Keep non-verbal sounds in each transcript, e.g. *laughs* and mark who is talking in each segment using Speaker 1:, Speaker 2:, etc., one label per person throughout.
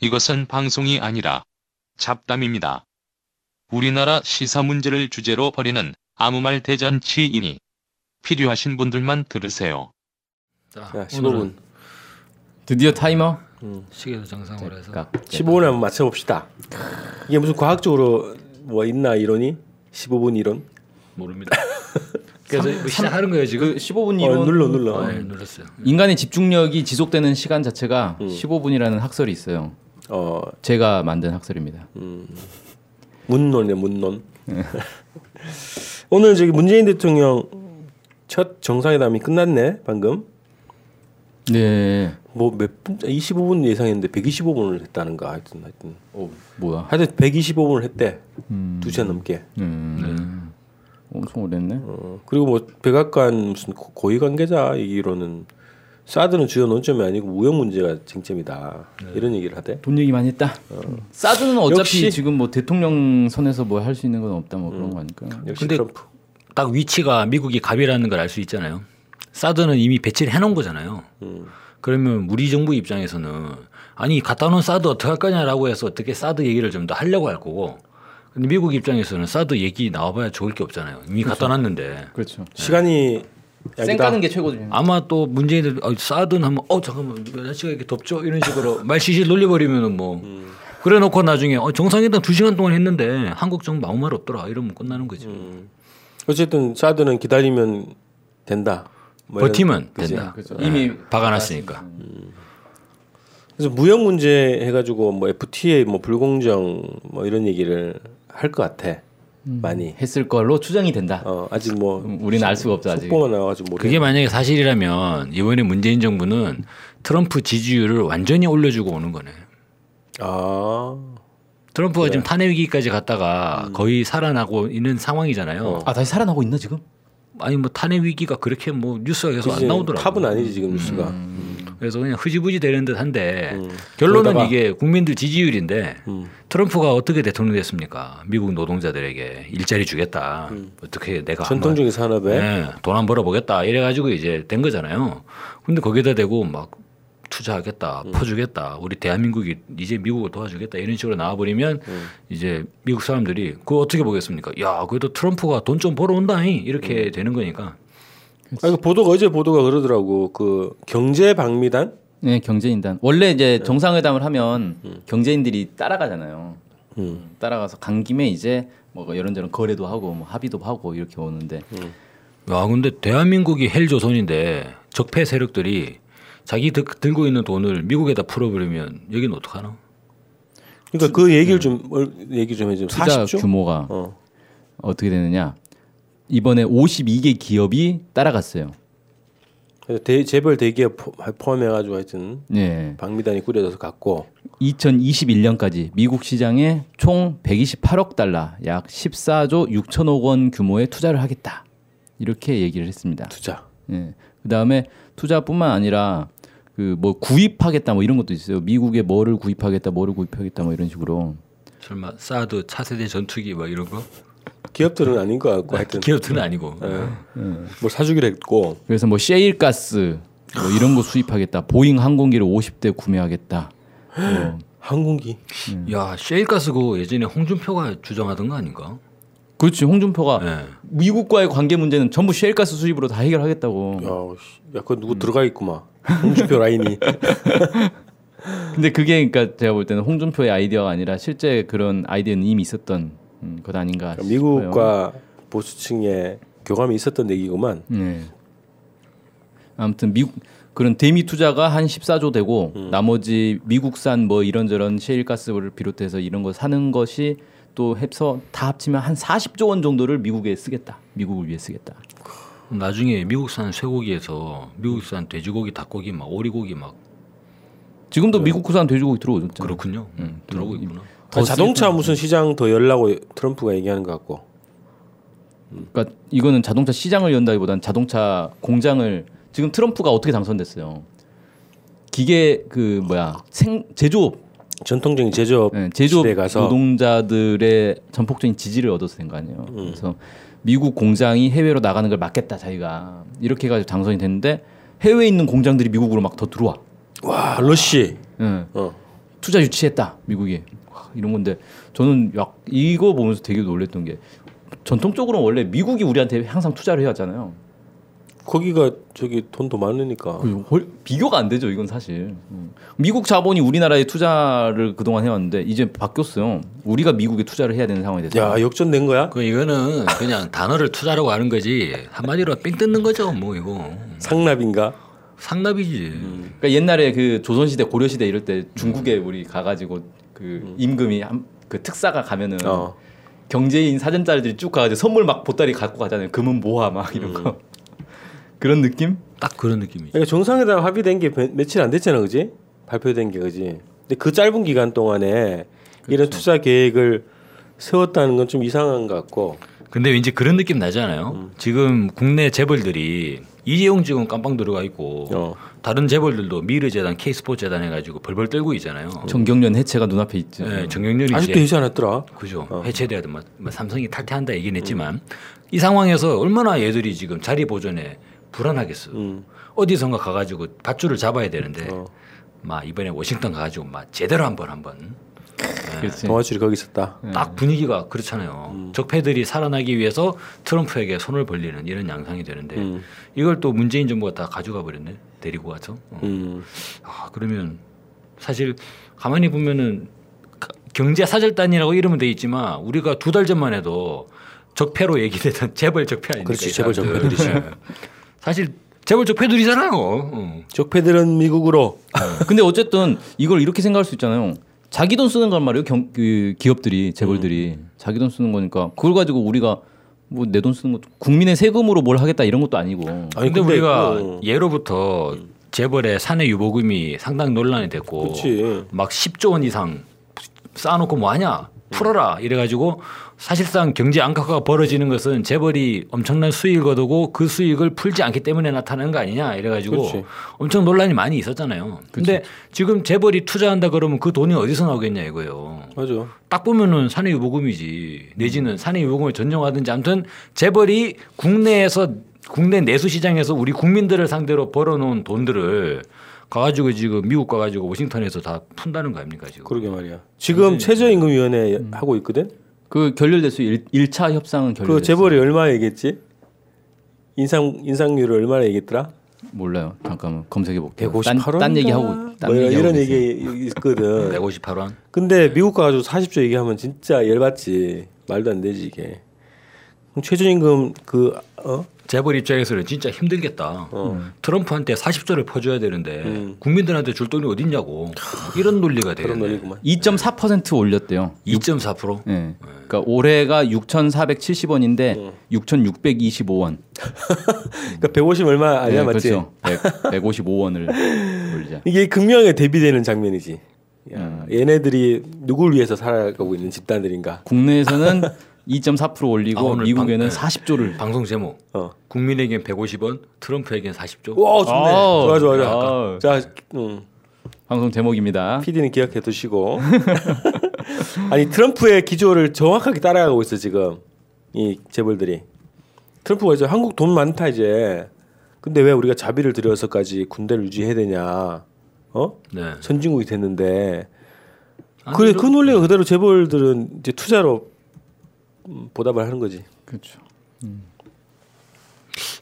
Speaker 1: 이것은 방송이 아니라 잡담입니다. 우리나라 시사 문제를 주제로 벌이는 아무 말 대잔치이니 필요하신 분들만 들으세요.
Speaker 2: 자,
Speaker 3: 자, 15분.
Speaker 2: 오늘은
Speaker 4: 드디어 타이머?
Speaker 2: 시계도 정상으로 해서
Speaker 4: 그러니까
Speaker 3: 15분 한번 맞춰봅시다. 이게 무슨 과학적으로 뭐 있나 이론이? 15분 이론?
Speaker 2: 모릅니다. 그래서 뭐 시작하는 거예요 지금.
Speaker 4: 15분
Speaker 3: 어,
Speaker 4: 이론 아, 예.
Speaker 3: 눌러 눌러.
Speaker 2: 네, 눌렀어요.
Speaker 4: 인간의 집중력이 지속되는 시간 자체가 15분이라는 학설이 있어요.
Speaker 3: 어,
Speaker 4: 제가 만든 학설입니다.
Speaker 3: 문론이네 문론. 오늘 저기 문재인 대통령 첫 정상회담이 끝났네 방금.
Speaker 4: 네.
Speaker 3: 뭐 몇 분? 25분 예상했는데 125분을 했다는가 하여튼 하여튼.
Speaker 4: 어, 뭐야?
Speaker 3: 하여튼 125분을 했대. 두 시간 넘게.
Speaker 4: 음. 엄청 오래했네.
Speaker 3: 어, 그리고 뭐 백악관 무슨 고- 고위 관계자 얘기로는 사드는 주요 논점이 아니고 무역 문제가 쟁점이다.
Speaker 4: 네.
Speaker 3: 이런 얘기를 하대.
Speaker 4: 돈 얘기 많이 했다. 사드는 어차피
Speaker 3: 역시.
Speaker 4: 지금 뭐 대통령 선에서 뭐 할 수 있는 건 없다 뭐 그런 거니까.
Speaker 3: 역시
Speaker 2: 근데-
Speaker 3: 트럼프.
Speaker 2: 각 위치가 미국이 갑이라는 걸 알 수 있잖아요. 사드는 이미 배치를 해놓은 거잖아요.
Speaker 4: 음.
Speaker 2: 그러면 우리 정부 입장에서는 아니 갖다 놓은 사드 어떻게 할 거냐라고 해서 어떻게 사드 얘기를 좀 더 하려고 할 거고. 근데 미국 입장에서는 사드 얘기 나와봐야 좋을 게 없잖아요. 이미 갖다 놨는데.
Speaker 4: 그렇죠.
Speaker 3: 시간이
Speaker 4: 쌩
Speaker 3: 약이다.
Speaker 4: 까는 게 최고죠.
Speaker 2: 아마 또 문재인들 어, 사드는 하면 어 잠깐만 날씨가 이렇게 덥죠 이런 식으로 *laughs* 말 실실 놀려버리면은 뭐
Speaker 3: 음.
Speaker 2: 그래놓고 나중에 어, 정상회담 두 시간 동안 했는데 한국 정부 아무 말 없더라 이러면 끝나는 거죠
Speaker 3: 음, 어쨌든 사드는 기다리면 된다. 뭐 이런-
Speaker 2: 버티면
Speaker 3: 그치?
Speaker 2: 된다
Speaker 4: 아, 그죠.
Speaker 2: 이미 박아놨으니까
Speaker 3: 그래서 무역 문제 해가지고 뭐 FTA 뭐 불공정 뭐 이런 얘기를 할 것 같아 많이.
Speaker 4: 했을 걸로 추정이 된다.
Speaker 3: 어 아직 뭐
Speaker 4: 음, 우리는 알 수가 없죠 아직.
Speaker 3: 속보만 나와가지고 모르.
Speaker 2: 그게 만약에 사실이라면 이번에 문재인 정부는 트럼프 지지율을 완전히 올려주고 오는 거네
Speaker 3: 아
Speaker 2: 트럼프가 지금 탄핵 위기까지 갔다가
Speaker 3: 음.
Speaker 2: 거의 살아나고 있는 상황이잖아요
Speaker 3: 어.
Speaker 4: 아 다시 살아나고 있나 지금?
Speaker 2: 아니 뭐 탄핵 위기가 그렇게 뭐 뉴스가 계속
Speaker 3: 그치.
Speaker 2: 안 나오더라고
Speaker 3: 탑은 아니지 지금
Speaker 4: 음,
Speaker 3: 뉴스가.
Speaker 2: 그래서 그냥 흐지부지 되는 듯한데 결론은
Speaker 3: 음. 그러다가-
Speaker 2: 이게 국민들 지지율인데
Speaker 3: 음.
Speaker 2: 트럼프가 어떻게 대통령 됐습니까? 미국 노동자들에게 일자리 주겠다. 어떻게 내가 한번-
Speaker 3: 음. 전통적인 산업에
Speaker 2: 네, 돈안 벌어보겠다 이래가지고 이제 된 거잖아요. 근데 거기다 대고 막 투자하겠다,
Speaker 3: 음.
Speaker 2: 퍼주겠다, 우리 대한민국이 이제 미국을 도와주겠다 이런 식으로 나와버리면
Speaker 3: 음.
Speaker 2: 이제 미국 사람들이 그거 어떻게 보겠습니까? 야, 그래도 트럼프가 돈 좀 벌어온다잉 이렇게
Speaker 3: 음.
Speaker 2: 되는 거니까
Speaker 3: 아니, 그 보도가 어제 보도가 그러더라고 그 경제 박미단
Speaker 4: 네, 경제인단. 원래 이제 정상회담을 하면 경제인들이 따라가잖아요. 음, 따라가서 간 김에 이제 뭐 이런저런 거래도 하고 뭐 합의도 하고 이렇게 오는데
Speaker 2: 야, 아, 근데 대한민국이 헬 조선인데 적폐 세력들이 자기 드- 들고 있는 돈을 미국에다 풀어버리면 여기는 어떡하나?
Speaker 3: 그러니까 그 얘기를 좀 얼- 얘기 좀 해줘
Speaker 4: 네. 투자
Speaker 3: 40조
Speaker 4: 규모가
Speaker 3: 어.
Speaker 4: 어. 떻게 되느냐? 이번에 52개 기업이 따라갔어요.
Speaker 3: 그래서 대, 재벌 대기업 포- 포함해가지고 하여튼
Speaker 4: 예.
Speaker 3: 박미단이 꾸려져서 갔고
Speaker 4: 2021년까지 미국 시장에 총 128억 달러, 약 14조 6천억 원 규모의 투자를 하겠다. 이렇게 얘기를 했습니다.
Speaker 3: 투자
Speaker 4: 예. 그다음에 투자뿐만 아니라 그 뭐 구입하겠다 뭐 이런 것도 있어요. 미국에 뭐를 구입하겠다, 뭐를 구입하겠다 뭐 이런 식으로.
Speaker 2: 설마 사드 차세대 전투기 막 이런 거? 그
Speaker 3: 기업들은 아닌 것
Speaker 4: 네,
Speaker 3: 같고 하여튼 예.
Speaker 2: 기업들은 아니고. 예.
Speaker 3: 뭘 사주기로 했고
Speaker 4: 그래서 뭐 셰일 가스 뭐 이런 거 수입하겠다. 보잉 항공기를 50대 구매하겠다. 뭐.
Speaker 3: 항공기
Speaker 2: 야, 셰일가스고 예전에 홍준표가 주장하던 거 아닌가?
Speaker 4: 그렇지. 홍준표가
Speaker 3: 네.
Speaker 2: 예.
Speaker 4: 미국과의 관계 문제는 전부 셰일 가스 수입으로 다 해결하겠다고.
Speaker 3: 야그 누구 들어가 있구만 홍준표
Speaker 4: *laughs*
Speaker 3: 라인이
Speaker 4: 근데 그게 그러니까 제가 볼 때는 홍준표의 아이디어가 아니라 실제 그런 아이디어는 이미 있었던 음, 것 아닌가.
Speaker 3: 그러니까
Speaker 4: 싶어요.
Speaker 3: 미국과 보수층의 교감이 있었던 얘기구만
Speaker 4: 네. 아무튼 미국 그런 대미 투자가 한 14조 되고 나머지 미국산 뭐 이런저런 셰일가스를 비롯해서 이런 거 사는 것이 또 해서 다 합치면 한 40조 원 정도를 미국에 쓰겠다. 미국을 위해 쓰겠다.
Speaker 2: 나중에 미국산 쇠고기에서 미국산 돼지고기, 닭고기 막 오리고기 막
Speaker 3: 음.
Speaker 4: 지금도 미국산 돼지고기 들어오죠.
Speaker 2: 그렇군요.
Speaker 3: 음.
Speaker 2: 들어오고 있구나.
Speaker 3: 아니, 자동차 무슨 시장 더 열라고 트럼프가 얘기하는 것 같고
Speaker 4: 그러니까 이거는 자동차 시장을 연다기보다는 자동차 공장을 지금 트럼프가 어떻게 당선됐어요? 기계 그 뭐야 생 제조업
Speaker 3: 전통적인 제조업
Speaker 4: 네, 제조업
Speaker 3: 시대에 가서
Speaker 4: 노동자들의 전폭적인 지지를 얻어서 된 거 아니에요.
Speaker 3: 음.
Speaker 4: 그래서 미국 공장이 해외로 나가는 걸 막겠다 자기가 이렇게 해가지고 당선이 됐는데 해외에 있는 공장들이 미국으로 막 더 들어와.
Speaker 3: 와 러쉬
Speaker 4: 예.
Speaker 3: 어.
Speaker 4: 투자 유치했다 미국이 와, 이런 건데 저는 약 이거 보면서 되게 놀랬던 게 전통적으로 원래 미국이 우리한테 항상 투자를 해왔잖아요.
Speaker 3: 거기가 저기 돈도 많으니까.
Speaker 4: 그 헐- 비교가 안 되죠 이건 사실 음. 미국 자본이 우리나라에 투자를 그동안 해왔는데 이제 바뀌었어요 우리가 미국에 투자를 해야 되는 상황이 됐어요
Speaker 3: 야 역전된
Speaker 4: 음.
Speaker 3: 거야?
Speaker 2: 그 이거는 그냥 단어를 투자라고 하는 거지 한마디로 삥 뜯는 거죠 뭐 이거
Speaker 3: 상납인가?
Speaker 2: 상납이지.
Speaker 3: 음.
Speaker 4: 그러니까 옛날에 그 조선시대 고려시대 이럴 때 중국에 우리 가가지고 그 임금이 한, 그 특사가 가면은
Speaker 3: 음. 어.
Speaker 4: 경제인 사전자들이 쭉 가가지고 선물 막 보따리 갖고 가잖아요 금은 모아 막 이런
Speaker 3: 음.
Speaker 4: 거 그런 느낌
Speaker 2: 딱 그런 느낌이죠.
Speaker 3: 그러니까 정상회담 합의된 게 며- 며칠 안 됐잖아, 그지? 발표된 게 그지? 근데 그 짧은 기간 동안에 이런 투자 계획을 세웠다는 건 좀 이상한 것 같고.
Speaker 2: 근데 왠지 그런 느낌 나잖아요.
Speaker 3: 음.
Speaker 2: 지금 국내 재벌들이 이재용 지금 깜빵 들어가 있고
Speaker 3: 어.
Speaker 2: 다른 재벌들도 미르재단, K스포츠재단 해가지고 벌벌 떨고 있잖아요.
Speaker 4: 정경련 해체가 눈앞에 있죠
Speaker 3: 네.
Speaker 2: 예, 정경련이
Speaker 3: 아직도
Speaker 2: 이제
Speaker 3: 되지 않았더라.
Speaker 2: 그죠
Speaker 3: 어.
Speaker 2: 해체돼야든 뭐, 뭐 삼성이 탈퇴한다 얘기는
Speaker 3: 음.
Speaker 2: 했지만 이 상황에서 얼마나 얘들이 지금 자리 보존에 불안하겠어.
Speaker 3: 음.
Speaker 2: 어디선가 가가지고 밧줄을 잡아야 되는데
Speaker 3: 어.
Speaker 2: 막 이번에 워싱턴 가가지고 막 제대로 한번 한번
Speaker 4: 그렇지
Speaker 3: 동아줄이 거기 있었다.
Speaker 2: 딱 분위기가 그렇잖아요.
Speaker 3: 음.
Speaker 2: 적폐들이 살아나기 위해서 트럼프에게 손을 벌리는 이런 양상이 되는데
Speaker 3: 음.
Speaker 2: 이걸 또 문재인 정부가 다 가져가 버렸네. 데리고 와서. 어.
Speaker 3: 음.
Speaker 2: 아, 그러면 사실 가만히 보면은 가- 경제 사절단이라고 이름은 돼 있지만 우리가 두 달 전만 해도 적폐로 얘기되던 *laughs* 재벌 적폐 아닙니까?
Speaker 3: 그렇지,
Speaker 2: 이
Speaker 3: 재벌
Speaker 2: 사람들. 예. 사실 재벌 적폐들이잖아요. 어.
Speaker 3: 적폐들은 미국으로.
Speaker 4: 근데 어쨌든 이걸 이렇게 생각할 수 있잖아요. 자기 돈 쓰는 건 말이에요. 경, 그 기업들이 재벌들이
Speaker 3: 음.
Speaker 4: 자기 돈 쓰는 거니까 그걸 가지고 우리가 뭐 내 돈 쓰는 것도 국민의 세금으로 뭘 하겠다 이런 것도 아니고
Speaker 3: 아니,
Speaker 2: 근데,
Speaker 3: 근데
Speaker 2: 우리가
Speaker 3: 그-
Speaker 2: 예로부터 재벌의 사내 유보금이 상당히 논란이 됐고
Speaker 3: 그렇지.
Speaker 2: 막 10조 원 이상 쌓아놓고 뭐하냐 풀어라 이래가지고 사실상 경제 안팎화가 벌어지는 것은 재벌이 엄청난 수익을 거두고 그 수익을 풀지 않기 때문에 나타나는 거 아니냐 이래가지고
Speaker 3: 그렇지.
Speaker 2: 엄청 논란이 많이 있었잖아요. 근데 지금 재벌이 투자한다 그러면 그 돈이 어디서 나오겠냐 이거예요.
Speaker 3: 맞아.
Speaker 2: 딱 보면은 사내 유보금이지 내지는
Speaker 3: 음.
Speaker 2: 사내 유보금을 전정하든지 아무튼 재벌이 국내에서 국내 내수 시장에서 우리 국민들을 상대로 벌어놓은 돈들을 가가지고 지금 미국 가가지고 워싱턴에서 다 푼다는 거 아닙니까 지금?
Speaker 3: 그러게 말이야. 지금 최저임금위원회 하고 있거든.
Speaker 4: 그 결렬됐어요. 1, 차 협상은 결렬됐어요.
Speaker 3: 그 재벌이 얼마 얘기했지? 인상 인상률을 얼마나 얘기했더라?
Speaker 4: 몰라요. 잠깐만 검색해 볼게요.
Speaker 3: 158원.
Speaker 4: 딴 얘기하고 딴
Speaker 3: 뭐
Speaker 4: 얘기하고
Speaker 3: 이런
Speaker 4: 계세요.
Speaker 3: 얘기 있거든.
Speaker 2: 158원.
Speaker 3: 근데 미국 가가지고 40조 얘기하면 진짜 열받지. 말도 안 되지 이게. 그럼 최저임금 그 어?
Speaker 2: 재벌 입장에서는 진짜 힘들겠다. 트럼프한테 40조를 퍼줘야 되는데 국민들한테 줄 돈이 어딨냐고 이런 논리가
Speaker 3: 음. 그런
Speaker 2: 되겠네.
Speaker 3: 논리구만.
Speaker 4: 2.4% 올렸대요.
Speaker 2: 2.4%.
Speaker 4: 예.
Speaker 3: 네.
Speaker 4: 그러니까 올해가 6,470원인데 6,625원.
Speaker 3: 그러니까 150 얼마 아니야 맞지?
Speaker 4: 그렇죠. 100,
Speaker 3: *laughs*
Speaker 4: 155원을 올리자.
Speaker 3: 이게 극명하게 대비되는 장면이지. 야,
Speaker 4: 음.
Speaker 3: 얘네들이 누굴 위해서 살아가고 있는 집단들인가?
Speaker 4: 국내에서는 2.4%
Speaker 2: 아,
Speaker 4: 올리고
Speaker 2: 오늘
Speaker 4: 미국에는
Speaker 2: 방-
Speaker 4: 40조를
Speaker 2: 방송 제목.
Speaker 3: 어.
Speaker 2: 국민에겐 150원, 트럼프에겐 40조.
Speaker 3: 와 좋네. 좋아
Speaker 4: 아우.
Speaker 3: 좋아
Speaker 4: 아우.
Speaker 3: 좋아. 자, 음.
Speaker 4: 방송 제목입니다.
Speaker 3: PD는 기억해 두시고. *laughs* 아니 트럼프의 기조를 정확하게 따라가고 있어 지금 이 재벌들이. 트럼프가 이제 한국 돈 많다 이제. 근데 왜 우리가 자비를 들여서까지 군대를 유지해야 되냐? 어?
Speaker 2: 네.
Speaker 3: 선진국이 됐는데.
Speaker 2: 아니,
Speaker 3: 그래
Speaker 2: 이런-
Speaker 3: 그 논리가 그대로 재벌들은 이제 투자로 음, 보답을 하는 거지.
Speaker 4: 그렇죠.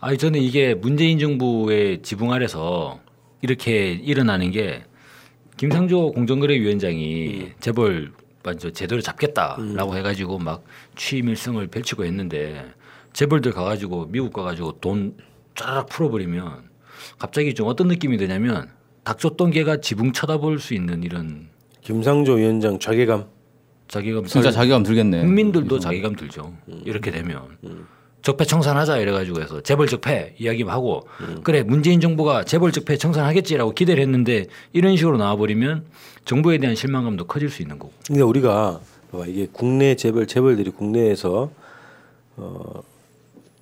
Speaker 2: 아니 저는 이게 문재인 정부의 지붕 아래서 이렇게 일어나는 게 김상조
Speaker 4: 음.
Speaker 2: 공정거래위원장이 재벌 완전 제대로 잡겠다라고 해가지고 막 취임일성을 펼치고 했는데 재벌들 가가지고 미국 가가지고 돈 쫙 풀어버리면 갑자기 좀 어떤 느낌이 드냐면 닥쳤던 개가 지붕 쳐다볼 수 있는 이런
Speaker 3: 김상조 위원장 자괴감.
Speaker 2: 자기감
Speaker 4: 진짜 자기감 들겠네.
Speaker 2: 국민들도 자기감 음. 들죠. 이렇게 되면 적폐 청산하자 이래가지고 해서 재벌 적폐 이야기만 하고 그래 문재인 정부가 재벌 적폐 청산하겠지라고 기대를 했는데 이런 식으로 나와버리면 정부에 대한 실망감도 커질 수 있는 거고.
Speaker 3: 근데 우리가 봐봐, 이게 국내 재벌 재벌들이 국내에서 어,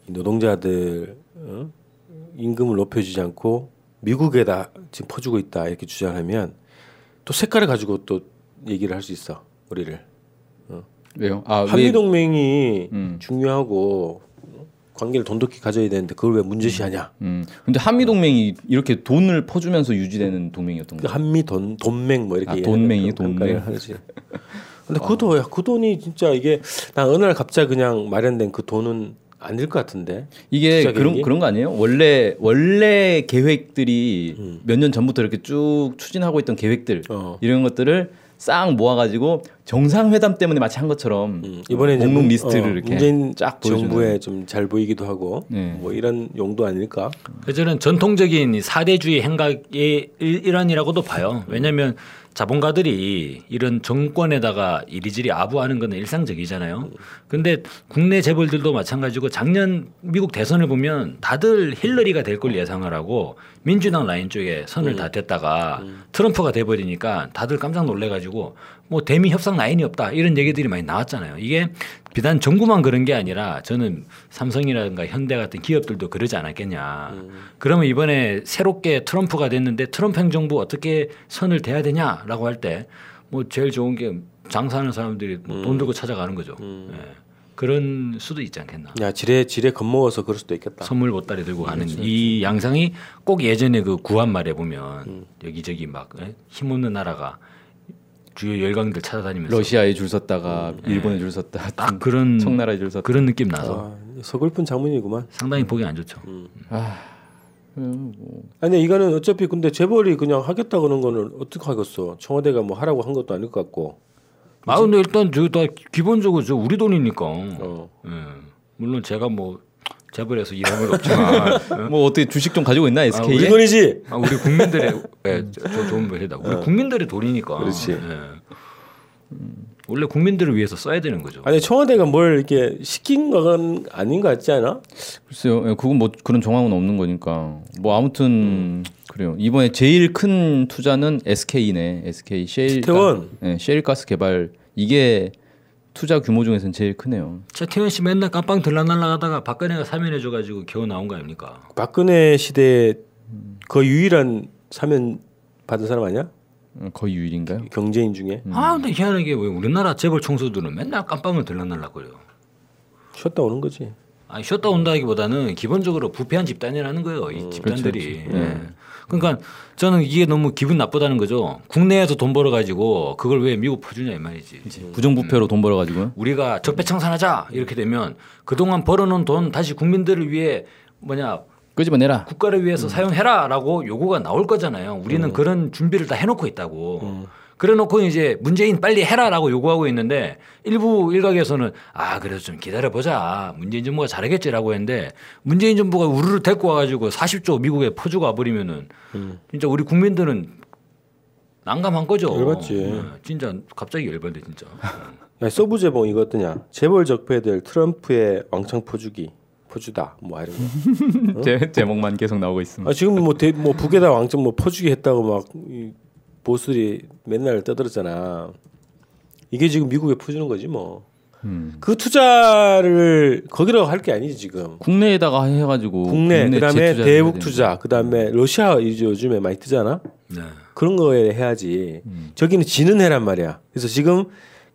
Speaker 3: 이 노동자들 어? 임금을 높여주지 않고 미국에다 지금 퍼주고 있다 이렇게 주장하면 또 색깔을 가지고 또 얘기를 할 수 있어 우리를
Speaker 4: 왜요? 아, 왜
Speaker 3: 한미 동맹이
Speaker 4: 음.
Speaker 3: 중요하고 관계를 돈독히 가져야 되는데 그걸 왜 문제시하냐?
Speaker 4: 음. 근데 한미 동맹이 이렇게 돈을 퍼주면서 유지되는 동맹이었던
Speaker 3: 그
Speaker 4: 거예요.
Speaker 3: 한미 돈 돈맹 뭐 이렇게
Speaker 4: 아,
Speaker 3: 얘기하는
Speaker 4: 돈맹이에요,
Speaker 3: 그런
Speaker 4: 돈맹.
Speaker 3: 평가를 하지. 근데 그 돈, 그 돈이 진짜 이게 난 어느 날 갑자기 그냥 마련된 그 돈은 아닐 것 같은데.
Speaker 4: 이게
Speaker 3: 투자
Speaker 4: 그런
Speaker 3: 계획이?
Speaker 4: 그런 거 아니에요? 원래 원래 계획들이 몇 년 전부터 이렇게 쭉 추진하고 있던 계획들
Speaker 3: 음. 어.
Speaker 4: 이런 것들을 싹 모아가지고 정상회담 때문에 마치 한 것처럼
Speaker 3: 음, 이번에 이제
Speaker 4: 목록
Speaker 3: 문-
Speaker 4: 리스트를
Speaker 3: 어,
Speaker 4: 이렇게
Speaker 3: 문재인
Speaker 4: 쫙 보여주는.
Speaker 3: 정부에 좀 잘 보이기도 하고
Speaker 4: 네.
Speaker 3: 뭐 이런 용도 아닐까?
Speaker 2: 그 저는 전통적인 이 사대주의 행각의 일- 일환이라고도 봐요. 왜냐하면 자본가들이 이런 정권에다가 이리저리 아부하는 건 일상적이잖아요. 근데 국내 재벌들도 마찬가지고 작년 미국 대선을 보면 다들 힐러리가 될 걸 예상하라고 민주당 라인 쪽에 선을 다 댔다가 트럼프가 돼버리니까 다들 깜짝 놀래가지고 뭐 대미 협상 라인이 없다 이런 얘기들이 많이 나왔잖아요. 이게 비단 정부만 그런 게 아니라 저는 삼성이라든가 현대 같은 기업들도 그러지 않았겠냐.
Speaker 4: 음.
Speaker 2: 그러면 이번에 새롭게 트럼프가 됐는데 트럼프 행정부 어떻게 선을 대야 되냐라고 할 때 뭐 제일 좋은 게 장사하는 사람들이 뭐돈
Speaker 4: 음.
Speaker 2: 들고 찾아가는 거죠. 예. 그런 수도 있지 않겠나.
Speaker 4: 음.
Speaker 3: 야 지레 지레 겁먹어서 그럴 수도 있겠다.
Speaker 2: 선물 보따리 들고 가는
Speaker 4: 그렇죠.
Speaker 2: 이 양상이 꼭 예전에 그 구한 말에 보면
Speaker 4: 음.
Speaker 2: 여기저기 막 예? 힘없는 나라가 주요 열강들 찾아다니면서
Speaker 4: 러시아에 줄 섰다가
Speaker 3: 음.
Speaker 4: 일본에 줄 섰다
Speaker 2: 딱 음. 그런
Speaker 4: 청나라에 줄 섰다
Speaker 2: 그런 느낌 나서
Speaker 3: 아, 서글픈 장면이구만.
Speaker 2: 상당히 보기 안 좋죠.
Speaker 3: 음. 아니 이거는 어차피 근데 재벌이 그냥 하겠다 그러는 거는 어떻게 하겠어? 청와대가 뭐 하라고 한 것도 아닐 것 같고.
Speaker 2: 아 근데 일단 저다 기본적으로 저 우리 돈이니까.
Speaker 3: 어.
Speaker 2: 예. 물론 제가 뭐 재벌에서 일함은
Speaker 3: *laughs*
Speaker 2: 없지만
Speaker 4: 뭐 어떻게 주식 좀 가지고 있나 SK에?
Speaker 3: 그- 우리 돈이지.
Speaker 2: 아, 우리 국민들의 예, 저- 저 좋은 말이다. 우리 국민들의 돈이니까.
Speaker 3: 음. 어. 그렇지.
Speaker 2: 예. 음, 원래 국민들을 위해서 써야 되는 거죠.
Speaker 3: 아니 청와대가 뭘 이렇게 시킨 건 아닌 것 같지 않아?
Speaker 4: 글쎄요. 예, 그건 뭐 그런 정황은 없는 거니까. 뭐
Speaker 3: 음.
Speaker 4: 아무튼 그래요. 이번에 제일 큰 투자는 SK네. SK 셰일
Speaker 3: 태원.
Speaker 4: 가, 예, 셰일 가스 개발 이게 투자 규모 중에서는 제일 크네요.
Speaker 2: 최태원 씨 맨날 깜빵 들락날락하다가 박근혜가 사면해줘가지고 겨우 나온 거 아닙니까?
Speaker 3: 박근혜 시대 거의 유일한 사면 받은 사람 아니야?
Speaker 4: 음, 거의 유일인가요?
Speaker 3: 경제인 중에
Speaker 2: 아 근데 희한하게 왜 우리나라 재벌 총수들은 맨날 깜빵을 들락날락거려.
Speaker 3: 쉬었다 오는 거지.
Speaker 2: 아니 쉬었다 온다기보다는 기본적으로 부패한 집단이라는 거예요. 이 집단들이.
Speaker 4: 어, 그렇죠. 예.
Speaker 2: 예. 그러니까 저는 이게 너무 기분 나쁘다는 거죠. 국내에서 돈 벌어가지고 그걸 왜 미국 퍼주냐 이 말이지.
Speaker 4: 부정부패로 돈 벌어가지고요.
Speaker 2: 우리가 적폐청산하자 이렇게 되면 그동안 벌어놓은 돈 다시 국민들을 위해 뭐냐
Speaker 4: 끄집어내라.
Speaker 2: 국가를
Speaker 3: 음.
Speaker 2: 위해서 사용해라라고 요구가 나올 거잖아요. 우리는 그런 준비를 다 해놓고 있다고.
Speaker 3: 음.
Speaker 2: 그래놓고 이제 문재인 빨리 해라라고 요구하고 있는데 일부 일각에서는 아 그래서 좀 기다려보자 문재인 정부가 잘하겠지라고 했는데 문재인 정부가 우르르 데리고 와가지고 40조 미국에 퍼주고 와버리면은
Speaker 3: 음.
Speaker 2: 진짜 우리 국민들은 난감한 거죠.
Speaker 3: 열받지.
Speaker 2: 네, 진짜 갑자기 열받네 진짜.
Speaker 3: 야, 서부 재봉 이거 어떠냐? 재벌 적폐들 트럼프의 왕창 퍼주기 퍼주다 뭐 이런 거.
Speaker 4: 제 제목만 계속 나오고 있습니다.
Speaker 3: 아, 지금 뭐, 대, 뭐 북에다 왕창 뭐 퍼주기 했다고 막 이 보수들이 맨날 떠들었잖아. 이게 지금 미국에 퍼주는 거지 뭐. 그 투자를 거기로 할 게 아니지 지금.
Speaker 4: 국내에다가 해가지고
Speaker 3: 국내, 그다음에
Speaker 4: 재투자를
Speaker 3: 대북
Speaker 4: 해야
Speaker 3: 투자 그다음에 러시아 이제 요즘에 많이 뜨잖아.
Speaker 2: 네.
Speaker 3: 그런 거에 해야지.
Speaker 4: 음.
Speaker 3: 저기는 지는 해란 말이야. 그래서 지금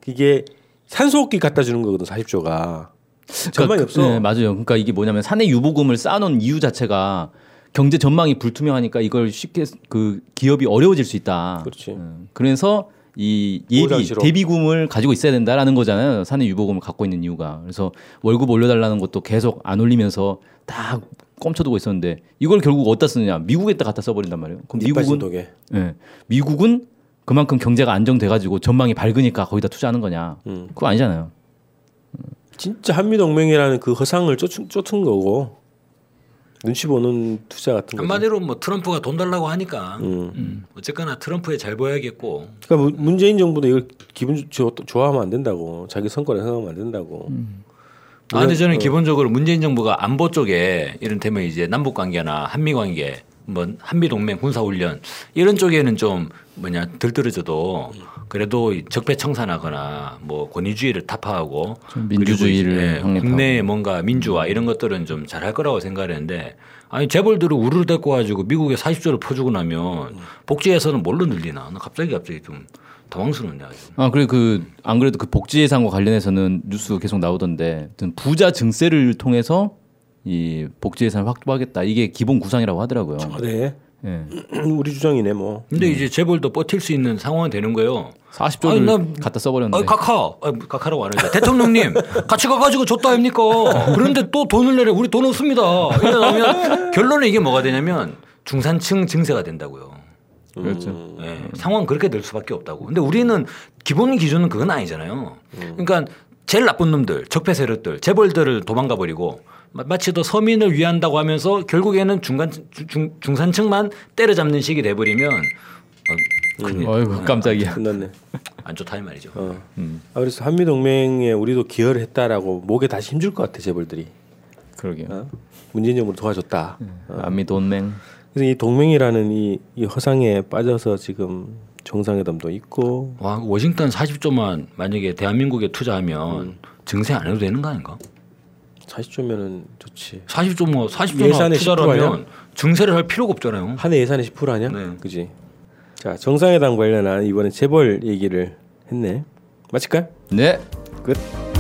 Speaker 3: 이게 산소호흡기 갖다 주는 거거든 40조가. 전망이
Speaker 4: 그러니까 그-
Speaker 3: 없어.
Speaker 4: 네, 맞아요. 그러니까 이게 뭐냐면 사내 유보금을 쌓아놓은 이유 자체가 경제 전망이 불투명하니까 이걸 쉽게 그 기업이 어려워질 수 있다.
Speaker 3: 그렇지.
Speaker 4: 음, 그래서 이 예비
Speaker 3: 보장시로.
Speaker 4: 대비금을 가지고 있어야 된다라는 거잖아요. 사내 유보금을 갖고 있는 이유가. 그래서 월급 올려달라는 것도 계속 안 올리면서 다 꼼쳐두고 있었는데 이걸 결국 어디다 쓰느냐? 미국에다 갖다 써버린단 말이에요. 그럼
Speaker 3: 미국은
Speaker 4: 미국은
Speaker 3: 독에.
Speaker 4: 예. 미국은 그만큼 경제가 안정돼가지고 전망이 밝으니까 거기다 투자하는 거냐?
Speaker 3: 음.
Speaker 4: 그거 아니잖아요.
Speaker 3: 진짜 한미동맹이라는 그 허상을 쫓은, 쫓은 거고 눈치 보는 투자 같은 거.
Speaker 2: 한마디로 뭐 트럼프가 돈 달라고 하니까 음. 어쨌거나 트럼프에 잘 보여야겠고
Speaker 3: 그러니까 문- 문재인 정부도 이걸 기분 좋- 좋아하면 안 된다고 자기 성과를 생각하면 안 된다고.
Speaker 4: 음.
Speaker 2: 아, 근데
Speaker 4: 어.
Speaker 2: 저는 기본적으로 문재인 정부가 안보 쪽에 이른테면 이제 남북 관계나 한미 관계, 뭐 한미 동맹 군사 훈련 이런 쪽에는 좀 뭐냐 들떨어져도 그래도 이 적폐 청산하거나 뭐 권위주의를 타파하고
Speaker 4: 좀 민주주의를
Speaker 2: 그리고 이제 예,
Speaker 4: 확립하고.
Speaker 2: 국내에 뭔가 민주화 이런 것들은 좀 잘할 거라고 생각했는데 아니 재벌들을 우르르 데리고 가지고 미국에 40조를 퍼주고 나면 복지에서는 뭘로 늘리나? 나 갑자기 갑자기 좀 당황스럽네 아주.
Speaker 4: 아 그래 그 안 그래도 그 복지 예산과 관련해서는 뉴스 계속 나오던데 아무튼 부자 증세를 통해서 이 복지 예산을 확보하겠다. 이게 기본 구상이라고 하더라고요.
Speaker 3: 그래
Speaker 4: 예.
Speaker 3: 아, 네. *clears throat* 우리 주장이네 뭐.
Speaker 2: 근데 이제 재벌도 버틸 수 있는 상황이 되는 거예요.
Speaker 4: 40조를
Speaker 2: 아니, 난-
Speaker 4: 갖다 써버렸는데.
Speaker 2: 아, 카카, 아, 카카라고 안 해요. 대통령님, 같이 가가지고 줬다 아닙니까? 그런데 또 돈을 내래. 우리 돈 없습니다. 이러면 결론에 이게 뭐가 되냐면 중산층 증세가 된다고요.
Speaker 3: 음,
Speaker 4: 그렇죠.
Speaker 2: 예, 상황 그렇게 될 수밖에 없다고. 근데 우리는 기본 기준은 그건 아니잖아요. 그러니까 제일 나쁜 놈들, 적폐 세력들, 재벌들을 도망가 버리고 마- 마치 더 서민을 위한다고 하면서 결국에는 중간 중- 중, 중산층만 때려잡는 식이 돼버리면 어, 큰일
Speaker 4: 어이구 깜짝이야.
Speaker 3: 끝났네.
Speaker 2: 안 좋다 이 말이죠.
Speaker 3: 어. 아, 그래서 한미 동맹에 우리도 기여를 했다라고 목에 다시 힘줄 것 같아 재벌들이.
Speaker 4: 그러게요.
Speaker 3: 어? 문재인 정부를 도와줬다.
Speaker 2: 어.
Speaker 4: 남미 돈맹.
Speaker 3: 그래서 이 동맹이라는 이, 이 허상에 빠져서 지금 정상회담도 있고
Speaker 2: 와그 워싱턴 40조만 만약에 대한민국에 투자하면
Speaker 3: 음.
Speaker 2: 증세 안 해도 되는 거 아닌가?
Speaker 3: 40조면은 좋지.
Speaker 2: 40조 뭐 40조나
Speaker 3: 예산의 10% 아니야?
Speaker 2: 투자하면 증세를 할 필요가 없잖아요.
Speaker 3: 한 해 예산의 10% 아니야?
Speaker 2: 네.
Speaker 3: 그지. 자 정상회담 관련한 이번에 재벌 얘기를 했네. 마칠까요?
Speaker 4: 네. 끝.